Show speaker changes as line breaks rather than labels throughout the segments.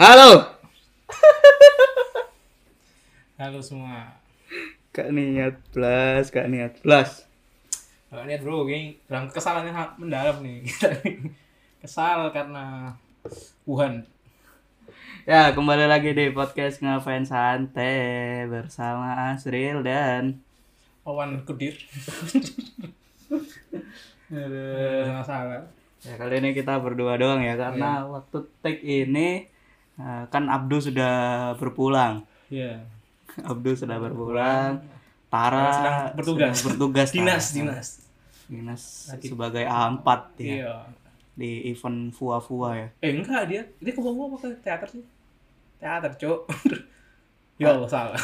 Halo.
Halo semua.
Kak niat plus, kak niat plus.
Kalau lihat bro, ini dalam kesalahan yang sangat mendalam nih. Kita ini kesal karena Wuhan.
Ya kembali lagi di podcast ngapain santai bersama Asril dan
Wawan Kudir.
ya
Ada salah.
kali ini kita berdua doang ya
Iya.
karena waktu take ini eh, kan Abdu sudah berpulang.
Iya.
Abdu sudah berpulang. Tara
Sedang bertugas.
sedang bertugas
Dinas,
Tara.
dinas.
Dinas sebagai A4 ya
Iya.
di event fua-fua ya.
Eh enggak dia, dia ke Papua apa ke teater sih? Teater, Cok. ya Allah, salah.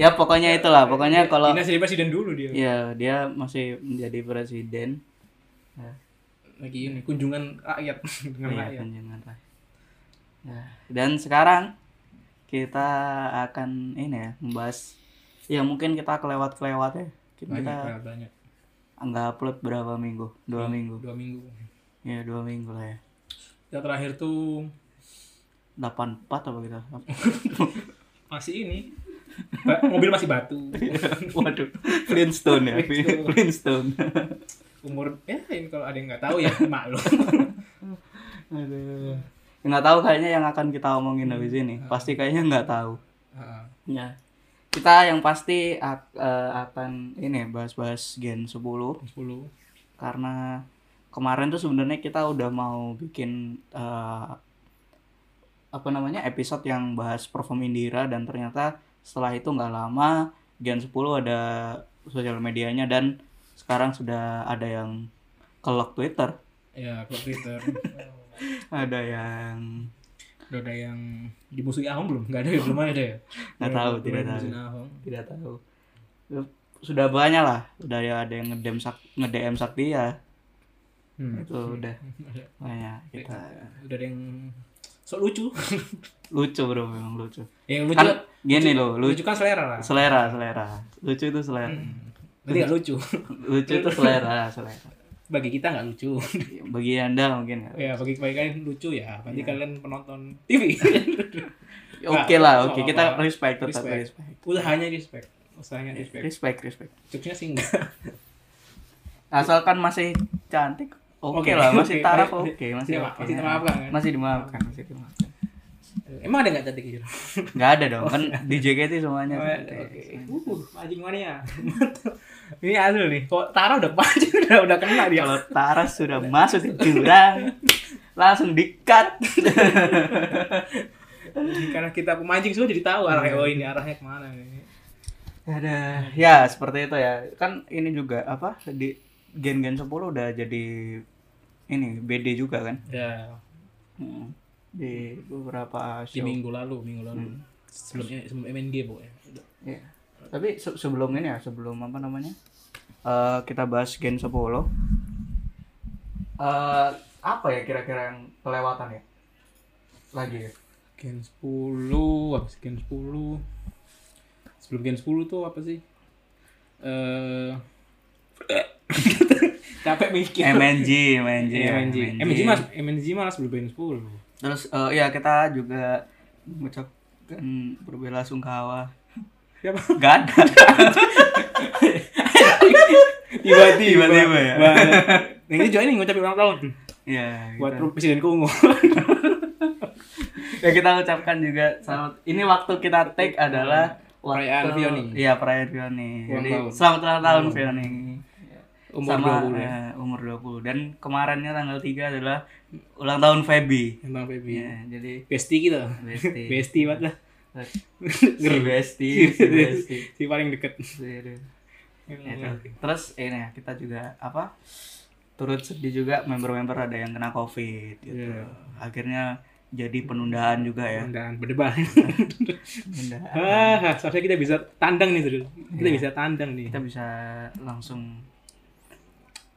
Ya pokoknya itulah, pokoknya kalau
Iya, dinas jadi presiden dulu dia.
Iya, dia masih menjadi presiden. Ya,
Lagi ini kunjungan rakyat dengan
iya,
rakyat.
kunjungan rakyat. Ya, dan sekarang kita akan ini ya membahas ya mungkin kita kelewat-kelewat ya. Mungkin
Banyak,
Kita
banyak, banyak.
nggak upload berapa minggu? Dua minggu.
Dua minggu.
Ya dua minggu lah ya.
Yang terakhir tuh
84 apa gitu?
masih ini. Ba- mobil masih batu.
Waduh, Flintstone ya,
Flintstone.
Flintstone.
umur ya ini kalau ada yang nggak tahu ya maklum
Aduh. Ya, Hmm. Nggak tahu kayaknya yang akan kita omongin habis ini. Pasti kayaknya nggak tahu.
Heeh.
Ya. Kita yang pasti ak- eh, akan ini bahas-bahas Gen 10
sepuluh
karena kemarin tuh sebenarnya kita udah mau bikin eh, apa namanya episode yang bahas perform Indira dan ternyata setelah itu nggak lama Gen 10 ada sosial medianya dan sekarang sudah ada yang kelok Twitter,
ya klub Twitter
ada yang
udah ada yang dimusuhi Ahong belum nggak ada ya belum ada ya
Nggak
Belum-
tahu,
belum
tidak
dimusuhin Ahong
tidak tahu. Sudah banyak lah, udah ya ada yang ngedem sak ngedm Sakti ya.
hmm.
Itu udah banyak kita
udah ada yang sok lucu
lucu bro memang lucu
yang lucu
kan gini loh lucu
lucu kan selera lah
selera selera lucu itu selera
Hmm. berarti nggak lucu
lucu itu selera selera
bagi kita nggak lucu
bagi anda mungkin nggak.
ya bagi bagi kalian lucu ya nanti kalian penonton TV
Ya, oke lah
nggak
oke
apa-apa.
kita respect tetap
Respect.
respect
usahanya respect usahanya respect
respect respect
jokesnya sih enggak
asalkan masih cantik oke
Oke,
lah masih
oke.
taraf oke
Masih-
masih
masih-
oke
masih dimaafkan, kan?
masih dimaafkan masih dimaafkan
emang ada nggak cantik gitu
nggak ada dong kan di JKT semuanya
Oh,
cantik.
Oke. Uh, anjing mana ya? Ini asli nih. Kok Tara udah pancing udah udah kena dia.
kalau Taras sudah masuk ke jurang langsung dikat
Karena kita pemancing semua jadi tahu arahnya oh ini arahnya kemana nih.
Ada. Ya, seperti itu ya. Kan ini juga apa di gen-gen 10 udah jadi ini BD juga kan.
Ya,
Hmm. Di beberapa
di
show.
minggu lalu, minggu lalu. Sebelum sebelum MNG pokoknya.
Ya. Tapi se- sebelum ini ya, sebelum apa namanya? eh, kita bahas gen 10. Eh, apa ya kira-kira yang kelewatan ya? Lagi ya.
Gen 10, apa sih Gen 10? Sebelum Gen 10 tuh apa sih? Eh capek mikir.
MNG, MNG,
MNG. MNG mas, MNG malah sebelum Gen 10.
Terus eh, ya kita juga mengucapkan berbela sungkawa.
Siapa?
Gak ada.
tiba-tiba
Tiba-tiba ya.
Banget. Yang ini juga ini ngucapin ulang tahun
Ya,
buat
kita-
presiden ungu
ya kita ucapkan juga selamat. Ini waktu kita take adalah waktu
Iya. Perayaan Vioni.
Iya, perayaan Vioni.
Ulang
Jadi
tahun. Iya.
selamat ulang tahun Vioni.
umur
Sama
20 ya.
eh, umur 20 dan kemarinnya tanggal 3 adalah ulang tahun Feby.
Bang Febi.
Ya, jadi
Besti kita.
Besti.
Besti banget lah.
si Besti, si Besti.
si paling deket. Iya.
Gitu. Terus ini ya, kita juga apa? Turut sedih juga member-member ada yang kena Covid gitu.
Iya.
Akhirnya jadi penundaan juga ya.
Dan Iya. berdebat.
Penundaan.
Hahaha, seharusnya kita bisa tandang nih, Zul. Kita
Iya.
bisa tandang nih.
kita bisa langsung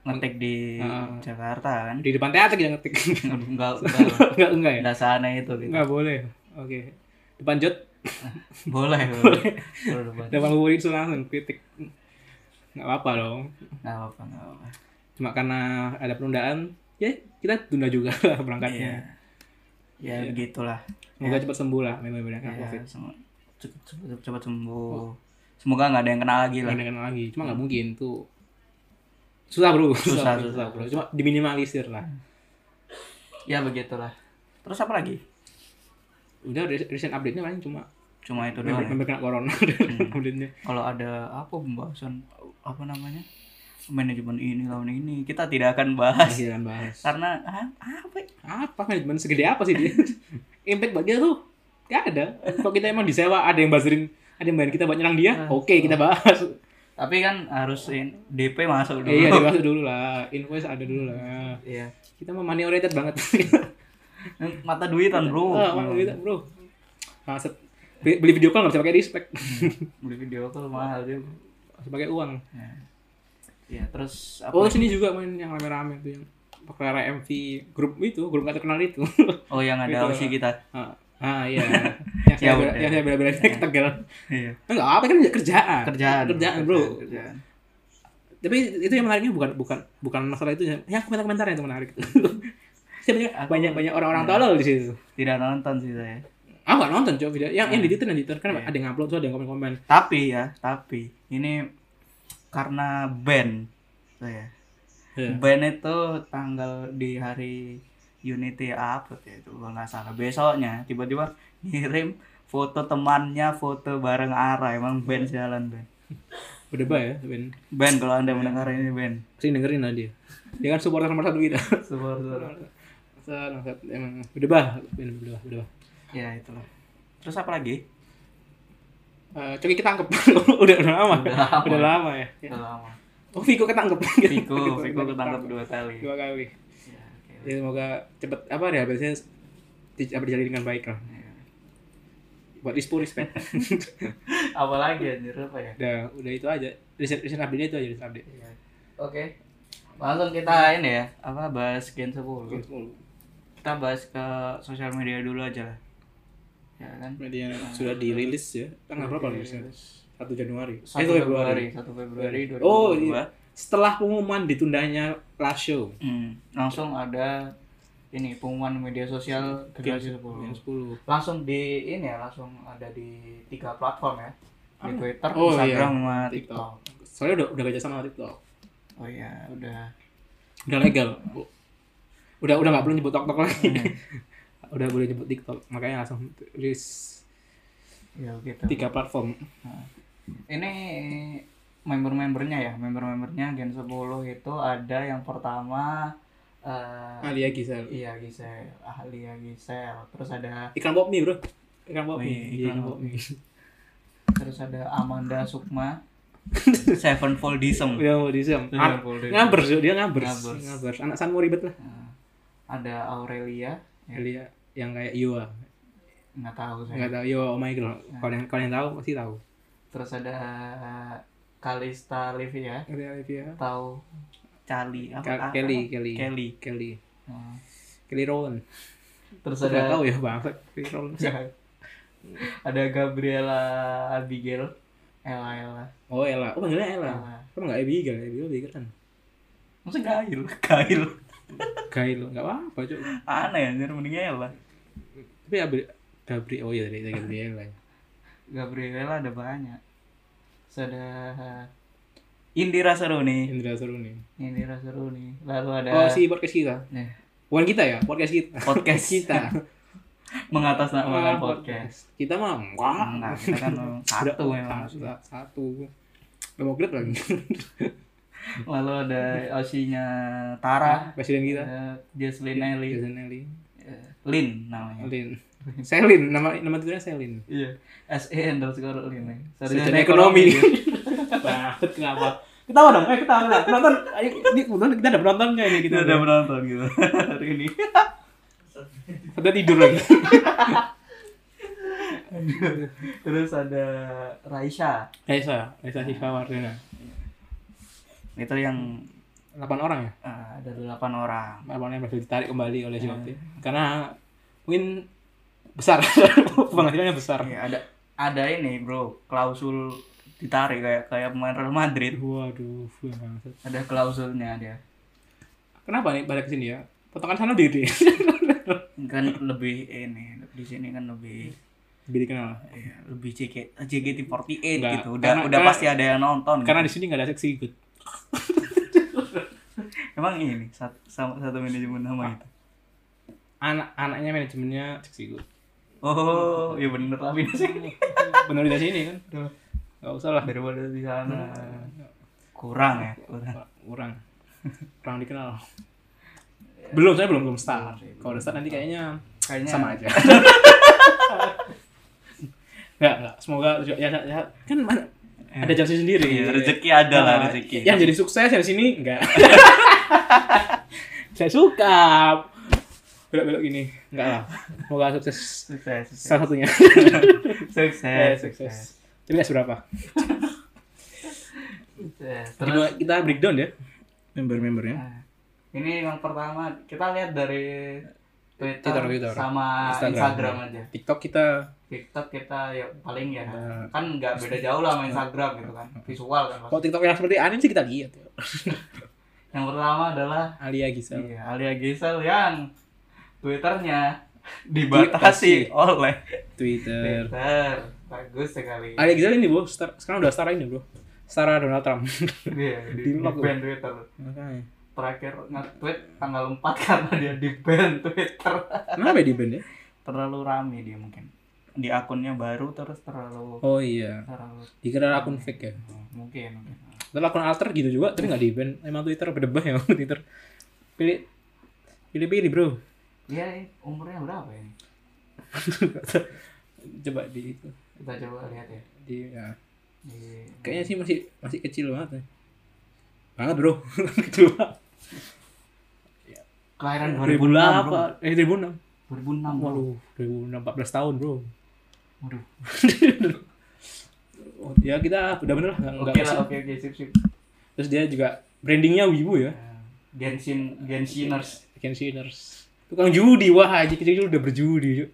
ngetik di
Heeh.
Jakarta kan
Di depan teater kita ngetik.
Aduh, nggak
Enggak, enggak ya?
nggak sana itu gitu
Enggak boleh. Oke. Depan jod,
boleh boleh Boleh, boleh.
depan Wurin langsung kritik. Enggak apa-apa dong.
nggak apa nggak apa Iya.
Cuma karena ada penundaan, ya kita tunda juga lah berangkatnya.
ya
Iya.
begitulah
Semoga cepat sembuh lah
ya,
memang-memang kena COVID.
sem- cepet- cepet- cepat sembuh semoga nggak ada yang kena lagi lah
Gak ada yang kena lagi. Cuma nggak mungkin tuh. Susah bro.
Susah,
bro,
susah.
bro. Cuma diminimalisir lah.
ya begitulah terus apa lagi
Udah re- recent update-nya paling cuma
cuma itu doang
member,
ya.
member kena corona.
Hmm.
update-nya.
kalau ada apa pembahasan apa namanya manajemen ini lawan ini kita tidak akan bahas
Masih akan bahas.
karena ah, apa ya?
Apa manajemen segede apa sih dia? Impact buat dia tuh gak ada. Kalau kita emang disewa ada yang bazirin ada yang bayar kita buat nyerang dia,
Ah.
oke kita bahas.
tapi kan harus in- DP masuk dulu
Eh, iya dibahas dulu lah, invoice ada dulu lah.
Iya.
Kita mah money oriented banget.
mata duitan bro
Ah,
Hmm.
mana duit, bro. Maset. Beli beli video call nggak bisa pakai respect,
beli video call mahal sih
Harus pakai uang.
ya terus apa
Oh sini juga main yang rame-rame tuh yang Pekerja MV grup itu grup gak terkenal itu.
oh yang ada
Gitu.
opsi kita
ah, ah, iya. yang saya
Ya
bela-
udah.
yang saya bela-belain ke Tegal.
iya
Enggak apa kan kerjaan.
kerjaan
kerjaan bro.
kerjaan.
Tapi itu yang menariknya bukan bukan bukan masalah itu Ya, yang komentar-komentarnya itu menarik. Saya banyak
Aku- Ya.
banyak banyak orang-orang tolol di situ.
tidak nonton sih saya
Aku gak nonton coba video. Yang yang
Ya.
di Twitter yang di Twitter kan ada yang upload tuh ada yang komen-komen.
tapi ya tapi ini karena band saya
Iya.
band itu tanggal di hari Unity upload ya itu kalau nggak salah besoknya tiba-tiba ngirim foto temannya foto bareng Ara emang band jalan band
Berdebat ya, Ben.
band kalau anda mendengar ini band
Sering dengerin lah dia. Dia kan supporter nomor satu kita.
Super-super.
Bangsat, bangsat. Emang berdebat, Ben, berdebat, berdebat.
ya itulah terus apa lagi
Eh, Coki ketangkep udah udah lama
Udah lama. Nah.
udah lama ya
udah lama
oh Viko ketangkep
Viko Viko ketangkap dua kali
dua kali
Ya, oke.
ya semoga cepet apa ya biasanya di- apa dijalani dengan baik lah
Ya.
buat dispo respect
apa lagi anjir apa ya
udah udah itu aja recent recent update itu aja recent update
Iya. Oke. Langsung kita ini ya, apa bahas Gen 10. Kita bahas ke sosial media dulu aja lah. Ya kan?
media sudah dirilis ya tanggal berapa rilisnya
Dirilis.
satu Januari Eh,
1
itu
Februari, 1 Februari 2022.
oh iya. setelah pengumuman ditundanya last show
Hmm, langsung ada ini pengumuman media sosial generasi 10.
sepuluh
Langsung di ini ya, langsung ada di tiga platform ya. Di Twitter,
Oh,
Instagram,
iya.
sama TikTok.
TikTok. soalnya udah udah kerja sama TikTok
Oh iya, udah.
udah legal udah udah nggak perlu nyebut TikTok lagi
Hmm.
udah boleh nyebut TikTok makanya langsung rilis
Ya gitu.
tiga platform
ini member-membernya ya member-membernya Gen 10 itu ada yang pertama eh
Alia Gisel
iya Gisel Ahlia Gisel terus ada
iklan pop mie bro iklan pop
Wih,
mie
iklan
iklan
pop
pop mie
terus ada Amanda Sukma Sevenfoldism
udah mau disem An-
Sevenfoldism.
ngabers Bro. dia ngabers
Ngabers.
ngabers anak sanmu ribet lah
Nah, ada Aurelia ya,
Alia yang kayak Yua
nggak tahu saya
nggak tahu Yua oh my
Ya.
god kalau yang kalau yang tahu pasti tahu
terus ada eh, Kalista Livia
Alia Olivia
tahu Cali
Ka-
apa
Kelly
apa?
Kelly
Kelly
Kelly
Nah,
Kelly Rowan
terus
nggak
ada
tahu ya bang Kelly Rowan
ada Gabriela Abigail Ella Ella
oh Ella oh panggilnya Ella
Ella.
Kamu nggak Abigail, Abigail lebih keren
Masa gail? Gail.
Gail, nggak apa-apa cok
Aneh anjir mendingnya Ella.
Tapi Abri- Gabri, oh iya dari dari Gabriel lah ya.
Gabriela ada banyak. Terus ada eh, Indira Seruni.
Indra Seruni.
Indira Seruni. Lalu ada
Oh si podcast kita.
Nih,
Bukan kita ya, podcast kita.
podcast
kita.
mengatasnamakan
Ah,
podcast.
Kita mah wah.
Enggak, kita kan memang satu
Udah,
memang.
satu, Satu. Demokrat lagi.
Lalu ada Osinya Tara,
Presiden kita.
ada Jocelyn Nelly,
Jason Nelly.
eh, Lin namanya.
Iya. Lin. Selin, nama nama Twitternya Selin.
Iya, SE underscore Lin. ya.
Sarjana ekonomi. Banget kenapa? Ketawa dong, eh ketawa. ketawa. Penonton, ayo, ini kebetulan kita ada penonton nggak ini? Kita
Kita udah menonton gitu hari ini.
Kita tidur lagi.
Terus ada Raisya.
Raisa, Raisa Siva Wardana.
Itu yang
8 orang ya?
eh, ada delapan orang.
Abangnya berhasil ditarik kembali oleh Jinote karena win besar penghasilannya besar
Iya, ada ada ini bro klausul ditarik kayak kayak pemain Real Madrid
waduh fuh, bangsat.
ada klausulnya dia
kenapa nih balik ke sini ya potongan sana gede
kan lebih ini di sini kan lebih
Lebih dikenal.
ya, lebih JK, JKT48
Enggak,
gitu udah
karena-
udah
karena-
pasti ada yang nonton
Karena di
gitu.
sini nggak ada seksi good.
emang ini satu, sama satu manajemen
Ah.
nama itu
Anak-anaknya manajemennya seksi good.
oh ya bener lah beda sih
Benar di sini kan. Gak usah lah.
daripada di sana kurang ya kurang
Iya, Kurang. Kurang dikenal. Belum, saya belum belum start. Kalau udah start nanti kayaknya
kayaknya
sama aja. Enggak, enggak. Semoga juga ya, ya kan ada, ada jam sendiri.
Iya, rezeki ada lah
Nah,
rezeki
Yang jadi sukses yang di sini enggak. Saya suka. Belok-belok gini. Enggak lah. Semoga sukses
sukses sukses
salah satunya.
sukses,
Eh, sukses. Tapi enggak seberapa.
sukses.
Coba
Terus,
kita breakdown ya member-membernya.
nah, ini yang pertama kita lihat dari Twitter,
Twitter, Twitter.
sama Ah,
Instagram.
Instagram. aja
TikTok kita
TikTok kita ya paling ya
Nah.
kan nggak beda jauh lah sama Instagram gitu kan visual kan pasti.
kalau TikTok yang seperti Anin sih kita lihat. ya.
yang pertama adalah
Alia Gisel.
iya, Alia Gisel yang Twitternya dibatasi oleh Iya.
Twitter.
Twitter bagus sekali
Alia Gisel ini bro, star- sekarang udah star ini bro. Star Donald Trump.
Iya, di, di,
Di lock,
ban Twitter
Makanya.
terakhir nge-tweet tanggal 4 karena dia di ban Twitter
Kenapa di band ya?
terlalu rame dia mungkin di akunnya baru terus terlalu
Oh iya,
terlalu
dikira akun fake ya.
mungkin mungkin
Padahal akun alter gitu juga, tapi nggak di band. Emang Twitter berdebah ya sama Twitter. Pilih pilih-pilih bro.
dia Iya, umurnya berapa ini
Coba di
kita coba lihat ya
di ya.
di
Kayaknya sih masih masih kecil banget. Ya. Banget bro, kecil banget.
kelahiran 2006 bro.
2008, eh 2006.
2006 bro.
Waduh, 2014 tahun bro.
Waduh.
Oh, ya kita udah bener lah, nggak
Oke
nggak
lah,
masuk.
oke oke sip
Iya.
sip.
Terus dia juga brandingnya Wibu ya,
Nah, Genshin Genshiners.
Genshiners. Tukang kan judi, wah aja kecil udah berjudi. Cuk.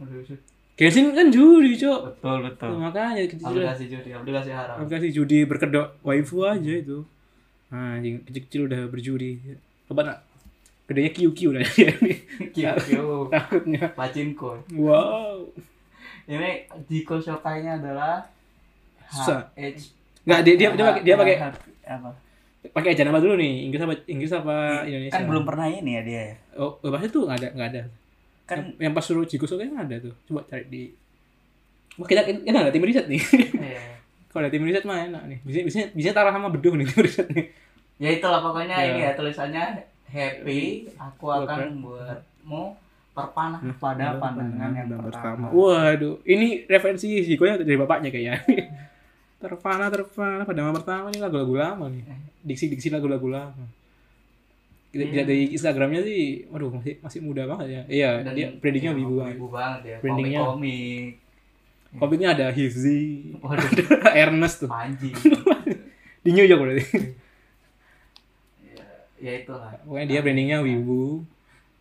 Betul
Genshin kan judi cok.
betul.
Makanya kecil
Aplikasi judi, aplikasi haram.
aplikasi Ah. judi berkedok waifu aja itu. Nah, anjing kecil-kecil udah berjudi. Coba nak gedenya QQ udah ini
Kyu
takutnya.
Pacinko.
Wow.
Ini Jiko Shokainya adalah
Susah.
H.
Enggak dia dia dia pakai dia pakai
apa?
pakai aja nama dulu nih. Inggris apa Inggris apa Indonesia?
Kan belum pernah ini ya dia ya.
Oh, bahasa tuh nggak ada nggak ada.
Kan
yang, yang pas suruh Jigo Soke kan ada tuh coba cari di wah kita kita nggak ada tim riset nih
eh,
kalau ada tim riset mah enak nih bisa bisa bisa taruh sama beduh nih tim riset nih
ya itulah pokoknya
Ya.
ini ya tulisannya happy aku akan buatmu terpanah pada pandangan yang pertama.
Hmm, waduh ini referensi Jigo nya dari bapaknya kayaknya terpana terpana pada nama pertama nih lagu-lagu lama nih diksi diksi lagu-lagu lama kita
Iya.
lihat dari Instagramnya sih waduh masih masih muda banget ya iya
Dan-
dia
iya,
brandingnya wibu banget
wibu banget ya.
Brandingnya.
Komik-komik.
komiknya Iya. ada Hizzy
Waduh.
ada Ernest tuh
Panji.
di New York berarti
ya itulah.
Pokoknya dia brandingnya Wibu,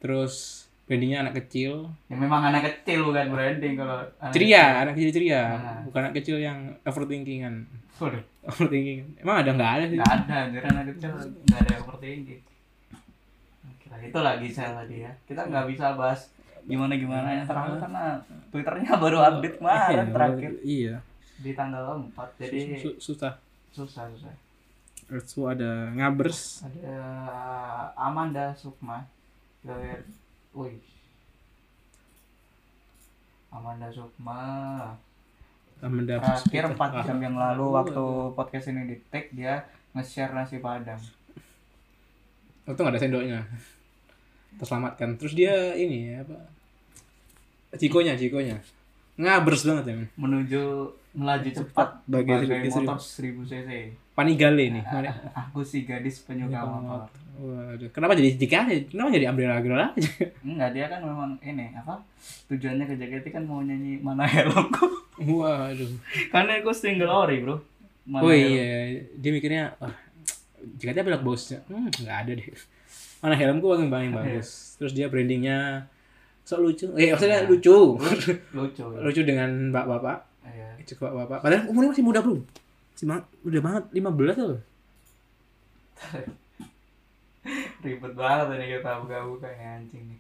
terus brandingnya anak kecil,
Ya, memang anak kecil bukan branding kalau anak
ceria, anak kecil ceria,
Ah.
bukan anak kecil yang overthinkingan,
kecil. Waduh,
overthinking. Emang ada nggak ada sih?
nggak ada anjir anak kecil nggak ada yang seperti ini. Oke lah, itu lagi saya tadi ya. Kita nggak bisa bahas gimana gimana yang terakhir karena twitternya baru update kemarin
Iya,
terakhir
Iya,
di tanggal 4 jadi
Su- su- susah.
susah susah.
Terus tuh ada ngabers,
Ada eh, Amanda Sukma. Kita lihat. Wih. Amanda Sukma.
mendapat
terakhir 4
Ah.
jam yang lalu waktu podcast ini di tag dia nge-share nasi padang
Itu nggak ada sendoknya. Terselamatkan. Terus dia ini ya, apa? Cikonya, cikonya. Ngabers banget ya. men.
menuju melaju cepat
Bagai
bagai
seribu-
motor 1000 cc Ah,
Panigale nih. Mana-
aku si gadis penyuka
Iya,
motor
Waduh. Kenapa jadi jika? Kenapa jadi umbrella girl aja?
enggak dia kan memang ini apa tujuannya ke JKT kan mau nyanyi mana helmku
Waduh.
karena aku single ori bro mana
Oh
Helm.
iya, dia mikirnya, wah, jika dia bilang bosnya, hmm, nggak ada deh. Mana helmku paling paling bagus. Terus dia brandingnya sok lucu, eh maksudnya lucu,
lucu ya.
lucu dengan mbak bapak,
Iya.
coba bapak. Padahal umurnya masih muda bro, masih banget, udah banget 15 loh.
ribet banget ini kita buka-bukanya anjing nih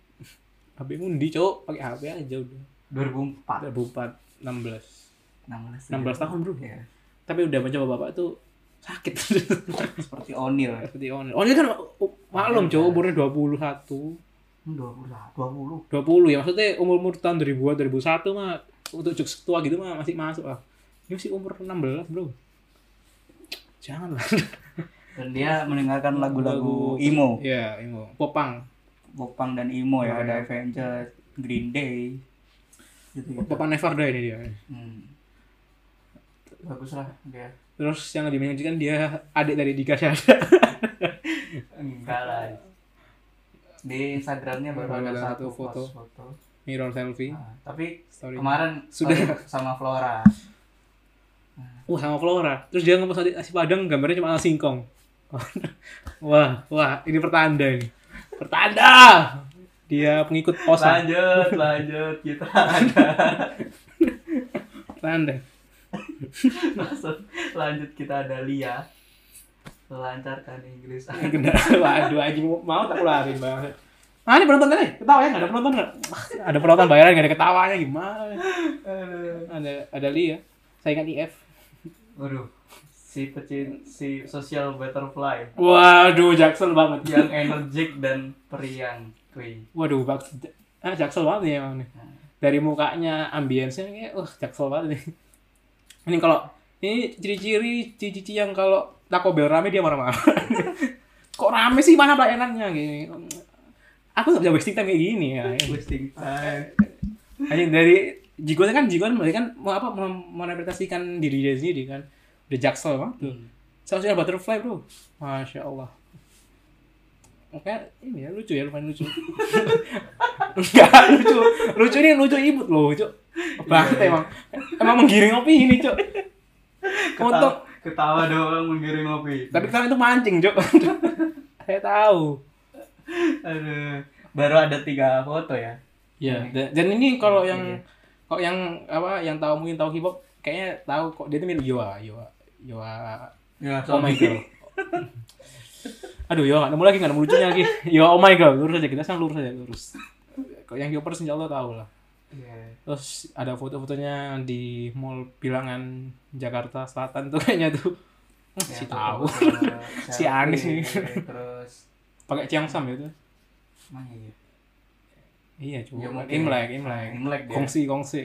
HP mundi cowok pakai HP aja udah
2004
2004
16
16 16 tahun, bro.
Iya.
tapi udah mencoba bapak tuh sakit
seperti Onil
seperti Onel Onel kan uh, maklum cowok umurnya
20
21
Hmm, lah 20
20 ya maksudnya umur umur tahun 2000 2001 mah untuk cuk tua gitu mah masih masuk lah ini sih umur 16 bro jangan lah
dan dia mendengarkan Iya. lagu-lagu emo
ya emo popang
popang dan emo ya
Iya.
ada Avengers Green Day gitu gitu
popang never die ini dia
hmm. bagus lah dia
terus yang lebih menyenangkan dia adik dari Dika Syada
enggak lah di Instagramnya baru
Baru
ada
ada
satu
satu foto.
foto, foto.
mirror selfie
Nah, tapi
story
kemarin
Sudah.
sorry, sama Flora
wah Uh, sama Flora terus dia ngepost adik nasi padang gambarnya cuma singkong wah wah ini pertanda ini pertanda dia pengikut posan
lanjut lanjut kita ada
pertanda
Maksud, lanjut kita ada Lia lancarkan Inggris
Kena, waduh anjing mau tak keluarin banget. Mana Ah, penonton tadi? Ketawa ya nggak ada penonton nggak? Wah, Ada penonton bayaran nggak ada ketawanya gimana?
Aduh.
Ada ada Li ya. Saya ingat IF.
Waduh, si pecin si social butterfly
Waduh Jackson banget. Ya.
yang energik dan periang Wih.
Waduh bak ah, Jackson banget nih emang nih. Dari mukanya ambience-nya kayak wah Jackson banget nih. Ini kalau ini ciri-ciri cici yang kalau Taco Bell rame dia marah-marah. Kok rame sih mana pelayanannya gini. Aku nggak bisa wasting time kayak gini ya.
wasting time
Anjing dari Jigon kan Jigon mereka kan mau apa mem- merepresentasikan diri dia sendiri kan. Udah jaksel banget tuh. Seharusnya butterfly bro. Masya Allah. Oke, ini ya lucu ya lumayan lucu. Enggak lucu, lucu ini lucu ibut loh, cuk. Banget emang, emang menggiring opini cuk.
Ketawa,
Untung,
ketawa doang menggiring ngopi
tapi kalian itu mancing cuk. Saya tahu.
Aduh. baru ada tiga foto ya
Iya. Dan, dan ini kalau
Iya, iya.
yang kalau yang apa yang tahu mungkin tahu K-pop kayaknya tahu kok dia tuh mirip Yoa, Yoa, Yoa.
ya
Oh my god. Aduh, Yoa nggak nemu lagi nggak nemu lucunya lagi. Yoa oh my god, lurus aja kita sekarang lurus aja lurus. Kalau yang K-popers insya Allah tahu lah.
Iya.
Ah, Terus ada foto-fotonya di Mall Bilangan Jakarta Selatan tuh kayaknya tuh. Hah,
Ya,
Si
foto
tahu.
foto
Si
selfie,
Anies ini.
terus
Pakai ciangsam itu.
mana ya Ya,
Iya, cuma
mungkin.
Imlek, Imlek.
imlek ya. dia
Kongsi, kongsi.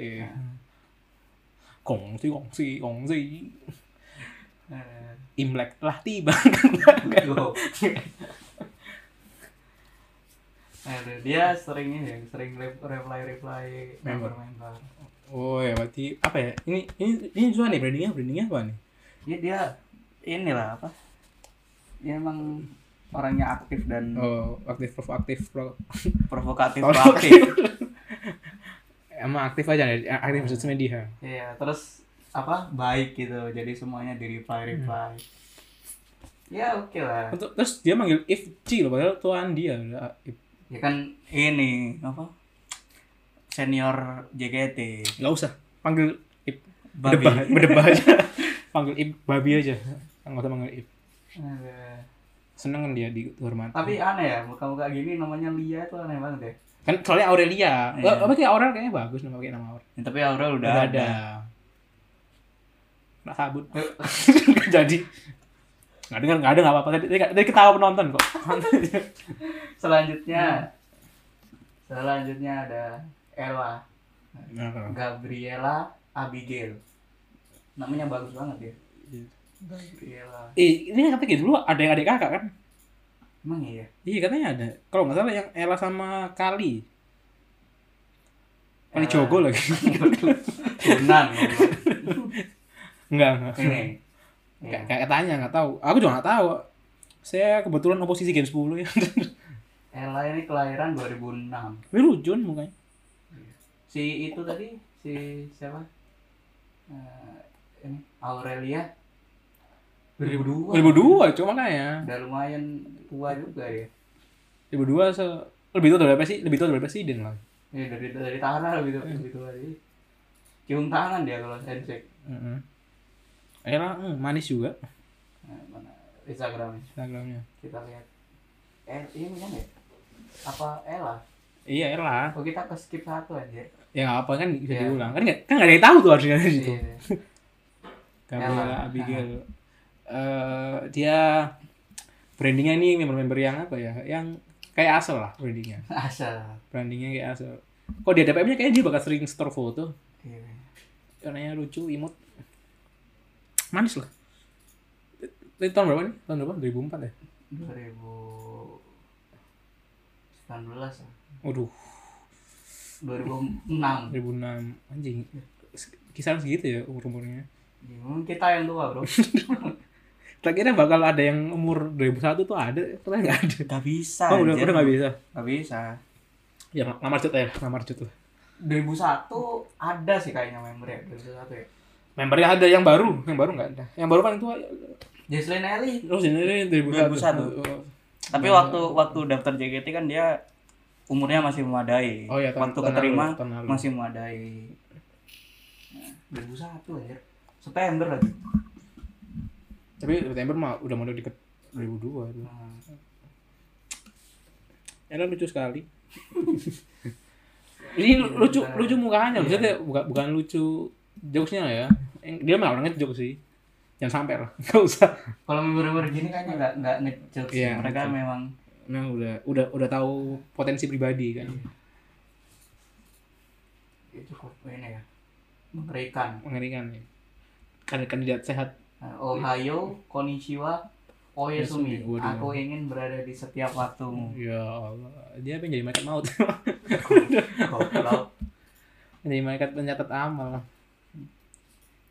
Kongsi, kongsi, kongsi.
Aduh.
Imlek telah tiba.
Go. Aduh, dia sering ini ya, sering reply reply
Member.
member.
Oh ya, berarti apa ya? Ini ini ini juga nih brandingnya, brandingnya apa nih?
Dia Iya, dia inilah apa? Dia emang orangnya aktif dan
Oh, aktif pro aktif pro.
provokatif
Oh,
proaktif.
Emang aktif aja nih, aktif sosial media.
Iya, terus apa? Baik gitu. Jadi semuanya di reply reply.
Hmm.
Ya oke lah.
Untuk terus dia manggil if C loh, padahal tuan dia udah If.
Ya kan ini apa? Senior JKT.
Nggak usah, panggil if
Babi.
berdebah, berdebah aja. panggil if babi aja. Enggak usah manggil if.
Aduh.
Seneng kan dia dihormati.
Tapi aneh ya, muka-muka gini namanya Lia itu aneh banget ya.
kan soalnya Aurelia.
Iya.
Apa kayak Aurel kayaknya bagus nama pakai nama Aurel.
Ya, tapi Aurel udah,
Udah
ada.
ada. Nah, sabut.
Eh,
Nggak jadi. Nggak dengar, nggak ada, nggak apa-apa. Tadi, tadi, tadi ketawa penonton kok.
Selanjutnya Selanjutnya ada Ella, Iya. Gabriela, Abigail. Namanya bagus banget ya.
Iya.
Gabriela.
Eh, ini katanya gitu dulu ada yang adik kakak kan?
Emang iya.
Iya katanya ada. Kalau nggak salah yang Ella sama Kali. Kali
Ella.
Jogo lagi.
Tunan. goblok.
Enggak, enggak.
Ini. Iya.
Kayak kayak katanya nggak tahu. Aku juga nggak tahu. Saya kebetulan oposisi game 10 ya.
Ella ini kelahiran 2006.
Tapi lucu nih mukanya.
Si itu tadi si siapa? Eh, ini Aurelia 2002.
2002 cuma makanya.
Udah lumayan tua juga ya.
2002 se lebih tua dari presiden, lebih tua dari presiden lah.
Ini dari dari tanah gitu gitu lagi. Cium tangan dia kalau handshake.
Heeh. Ella hmm, manis juga
Nah, mana Instagramnya
Instagramnya.
kita lihat. Eh ini kan ya? Apa Ella?
Iya lah.
Oh kita ke skip satu aja.
Ya nggak apa kan bisa
Iya.
diulang. Kan nggak kan nggak ada yang tahu tuh harusnya dari situ.
Iya.
Gabriela
Ella.
Abigail. Eh, dia brandingnya ini member-member yang apa ya? Yang kayak asal lah brandingnya.
Asal.
Brandingnya kayak asal. Kok dia DPM-nya kayaknya dia bakal sering store foto.
Iya.
Warnanya lucu, imut. Manis lah. Itu tahun berapa nih? Tahun berapa? 2004 ya?
2019 ya.
Waduh,
2006.
2006. Anjing. Kisaran segitu ya umur-umurnya.
Ya, mungkin kita yang tua, Bro.
Tak kira bakal ada yang umur 2001 tuh ada, ternyata nggak ada.
Gak bisa.
Oh, udah,
anjir.
udah nggak bisa.
Nggak bisa.
Ya, ngamar cut ya, ngamar cut lah.
2001 ada sih kayaknya member ya 2001 ya.
Membernya ada yang baru, yang baru nggak ada. Yang baru paling tua oh,
Jesslyn Ellie.
terus ini 2001. Oh,
2001. Tapi
Nah.
waktu waktu daftar JKT kan dia umurnya masih memadai.
Oh iya, tahun-
waktu
tahun
keterima
lalu, tahun lalu.
masih memadai. Nah, 2001 anjir. September lagi.
Tapi September mah udah mau deket 2002 itu.
Nah,
Ya lah, lucu sekali. Ini lu- lucu lucu mukanya, maksudnya bukan bukan lucu jokesnya ya. Yang- Dia mah orangnya joke sih. Jangan sampai lah, nggak usah.
Kalau member-member gini kayaknya nggak nggak ngejokes sih.
Iya,
Mereka
betul.
memang
Nah, udah udah udah tahu potensi pribadi kan.
ya, cukup ini ya mengerikan.
Mengerikan ya. Kan kandidat sehat
Nah, Ohio, konnichiwa, Oyasumi.
Yasumi, waduh.
Aku ingin berada di setiap waktumu.
Ya Allah, dia pengen jadi malaikat maut.
Goblok.
jadi malaikat pencatat amal.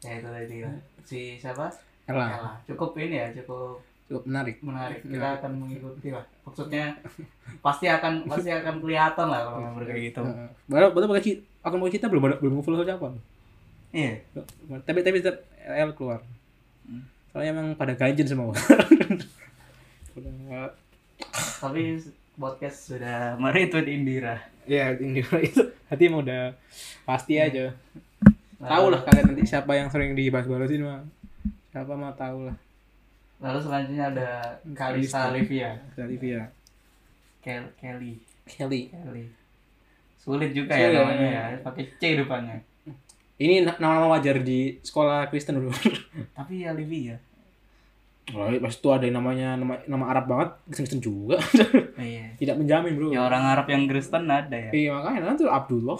ya itu tadi ya. Si siapa?
Elah,
Ella. Cukup ini ya, cukup
cukup menarik.
menarik. Kita akan mengikuti lah. Maksudnya pasti akan pasti akan kelihatan lah kalau
Oh,
member kayak gitu.
Heeh. Baru baru pakai ci- akun pakai kita belum ada- belum follow siapa.
Iya.
Tapi tapi tetap L keluar.
Hmm.
Soalnya emang pada ganjen semua. Udah-
Tapi podcast sudah meretweet Indira.
Ya ini itu hati emang udah pasti aja. Hmm. Tahu lah
Lalu-
kalian nanti siapa yang sering dibahas-bahasin mah. Siapa mah tahu lah.
Lalu selanjutnya ada Kalista Livia.
Dari Via.
Kel- Kelly.
Kelly.
Kelly. Sulit juga
Sulit,
ya namanya
ya.
ya. Pakai C depannya.
Ini na- nama-nama wajar di sekolah Kristen dulu.
Tapi ya Livia.
Wah, iya, pas itu ada yang namanya nama, nama Arab banget, Kristen juga.
Iya.
Tidak menjamin, Bro.
Ya orang Arab yang Kristen ada ya.
Iya makanya nanti Abdullah.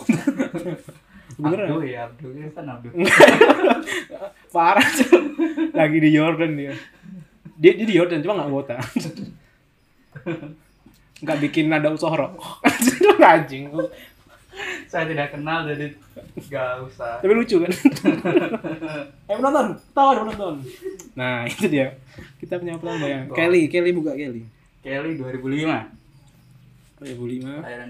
Beneran
Abdul ya, Abdul Kristen Abdul.
parah cuy. Lagi di Jordan dia. Dia, dia di Jordan cuma nggak kuota. Nggak bikin nada usohro. Itu anjing.
Saya tidak kenal jadi gak usah.
Tapi lucu kan. Eh penonton, tahu penonton. Nah itu dia. Kita punya pelan bayang. Kelly, Kelly buka Kelly. Oh, ya,
Kelly 2005.
2005.
Kelahiran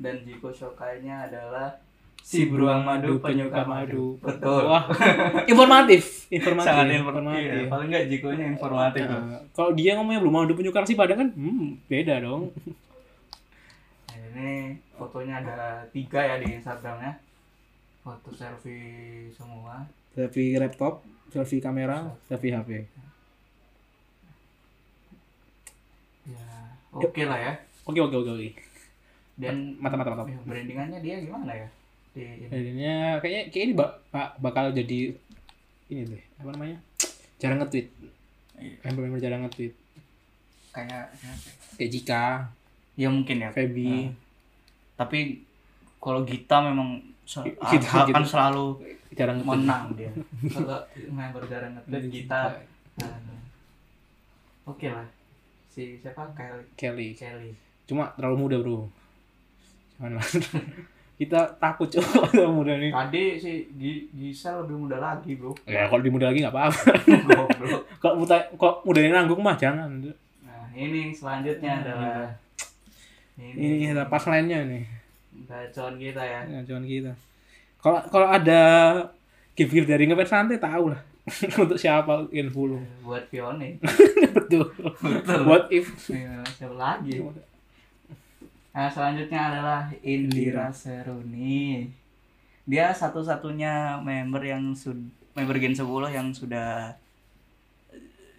2005 dan Jiko Shokai-nya adalah Si Beruang Madu Penyuka Madu. Betul.
Wah, informatif, informatif,
Sangat informatif. Iya, paling enggak Jikonya informatif.
Nah, kalau dia ngomongnya belum ada penyukar sih padahal kan hmm, beda dong
Nah, ini fotonya ada tiga ya di Instagramnya. Foto selfie semua.
selfie laptop selfie kamera selfie HP
Ya, oke lah ya.
oke oke oke oke
Dan
mata mata mata
ya, brandingannya dia gimana ya? Di ini.
jadinya kayaknya kayak ini bak- bak- bakal jadi ini deh apa namanya jarang nge-tweet
Iya.
member-member jarang nge-tweet
kayak siapa ya?
kayak Jika
ya mungkin ya.
Feby
Tapi kalau Gita memang sel-
Gita,
akan
Gita.
selalu
jarang nge-tweet
menang dia. Kalau member jarang ngetweet Gita. nah, Oke lah. Si siapa Kelly?
Kelly
Kelly.
cuma terlalu muda bro janganlah kita takut coba terlalu muda nih
Tadi si Gi- Gisel lebih muda lagi, Bro.
ya kalau di muda lagi nggak apa-apa
Goblok.
kalau muda kalau muda yang nanggung mah jangan
Nah, ini selanjutnya adalah
Nah, iya. ini ada pas lainnya nih
bacaan kita ya.
ya, cuman kita kalau kalau ada give dari ngefans santai tahu lah untuk siapa yang follow
Buat Pione.
betul what if
Ya, siapa lagi? Nah, selanjutnya adalah Indira Seruni. Dia satu-satunya member yang sud- member Gen 10 yang sudah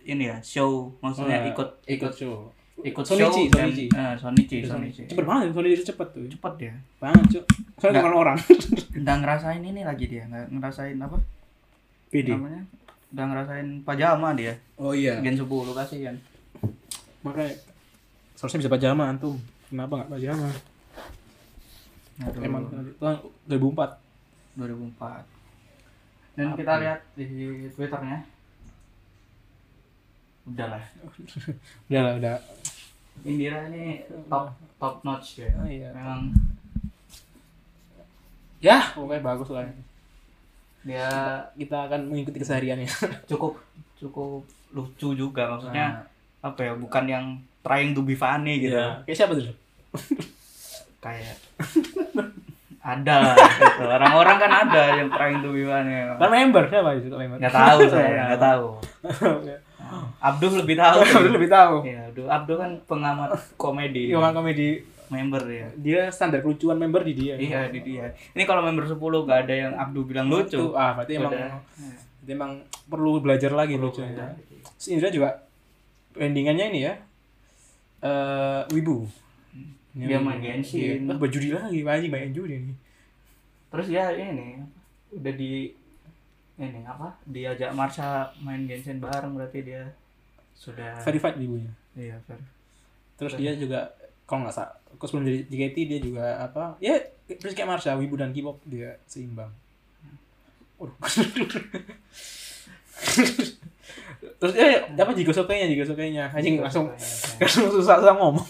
ini ya show maksudnya
Oh, ya.
ikut ikut
show
ikut
Shonichi,
show dan-
Shonichi.
eh, Shonichi, Shonichi.
Cepet banget, Sony itu cepet tuh.
cepet ya
Banget, cuk. Soalnya
Nggak.
cuma orang.
nggak ngerasain ini lagi dia nggak ngerasain apa
PD.
namanya udah ngerasain pajama dia
Oh iya.
gen 10 kasihan
Makanya seharusnya bisa pajama antum. Kenapa nggak pajama?
Aduh,
Emang tahun 2004.
2004 dan kita lihat di twitternya udahlah
Udah lah, udah.
Indira ini top top notch ya
Oh, iya.
memang
Ya, pokoknya bagus lah.
dia
Kita akan mengikuti kesehariannya.
cukup cukup lucu juga maksudnya
Ah.
apa ya bukan yang trying to be funny gitu
Iya. Kayak siapa tuh?
kayak ada gitu. orang-orang kan ada yang trying to be funny
Kan member siapa itu member?
nggak tahu saya nggak tahu Abdul lebih tahu
Kamu lebih tahu.
ya Abdul Abdul kan pengamat komedi
Iya, orang komedi
member ya
dia standar kelucuan member di dia.
iya di dia ini kalau member 10 gak ada yang Abdul bilang lucu Iya.
Tuh, ah, berarti emang
Udah.
berarti emang perlu belajar lagi lucunya. Terus Indra juga endingannya ini ya. Eh, wibu.
Dia main Genshin.
Iya. Ah, berjudi lagi, anjing banyak judi nih.
terus ya ini udah di ini apa diajak Marsha main Genshin bareng berarti dia sudah
Verified wibunya.
iya ver-
Terus dia juga kalau nggak salah, kalau sebelum jadi JKT dia juga apa? Ya, terus kayak Marsha, wibu dan K-pop dia seimbang. Waduh. terus dia apa jigo sokainya jigo sokainya anjing langsung langsung susah susah ngomong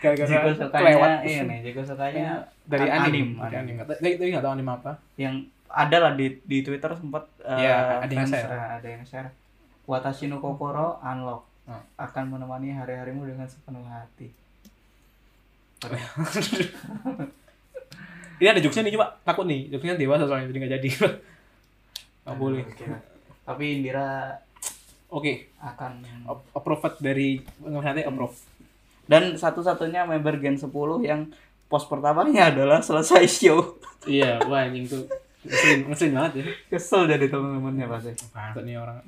gara-gara
Jiko
kelewat. Iya.
sukanya ini Jiko sukanya
dari
iya, An- anim,
anime, dari
anim.
anime. Nggak tahu- Tapi tapi nggak tahu anime apa.
yang ada lah di di Twitter sempat
Iya, ada yang share.
eh, ada yang share Watashi no Kokoro unlock
Hmm.
akan menemani hari-harimu dengan sepenuh hati
Ini ada jokesnya nih coba takut nih jokesnya dewasa soalnya jadi nggak jadi. Nggak Oh, boleh.
Oke. Nah, gitu. tapi Indira
Oke,
akan
ap- approve dari nanti approve.
dan satu-satunya member Gen 10 yang pos pertamanya adalah selesai show
Iya, wah anjing tuh ngeselin, ngeselin banget ya.
kesel dari teman-temannya pasti
Pantet nih orang.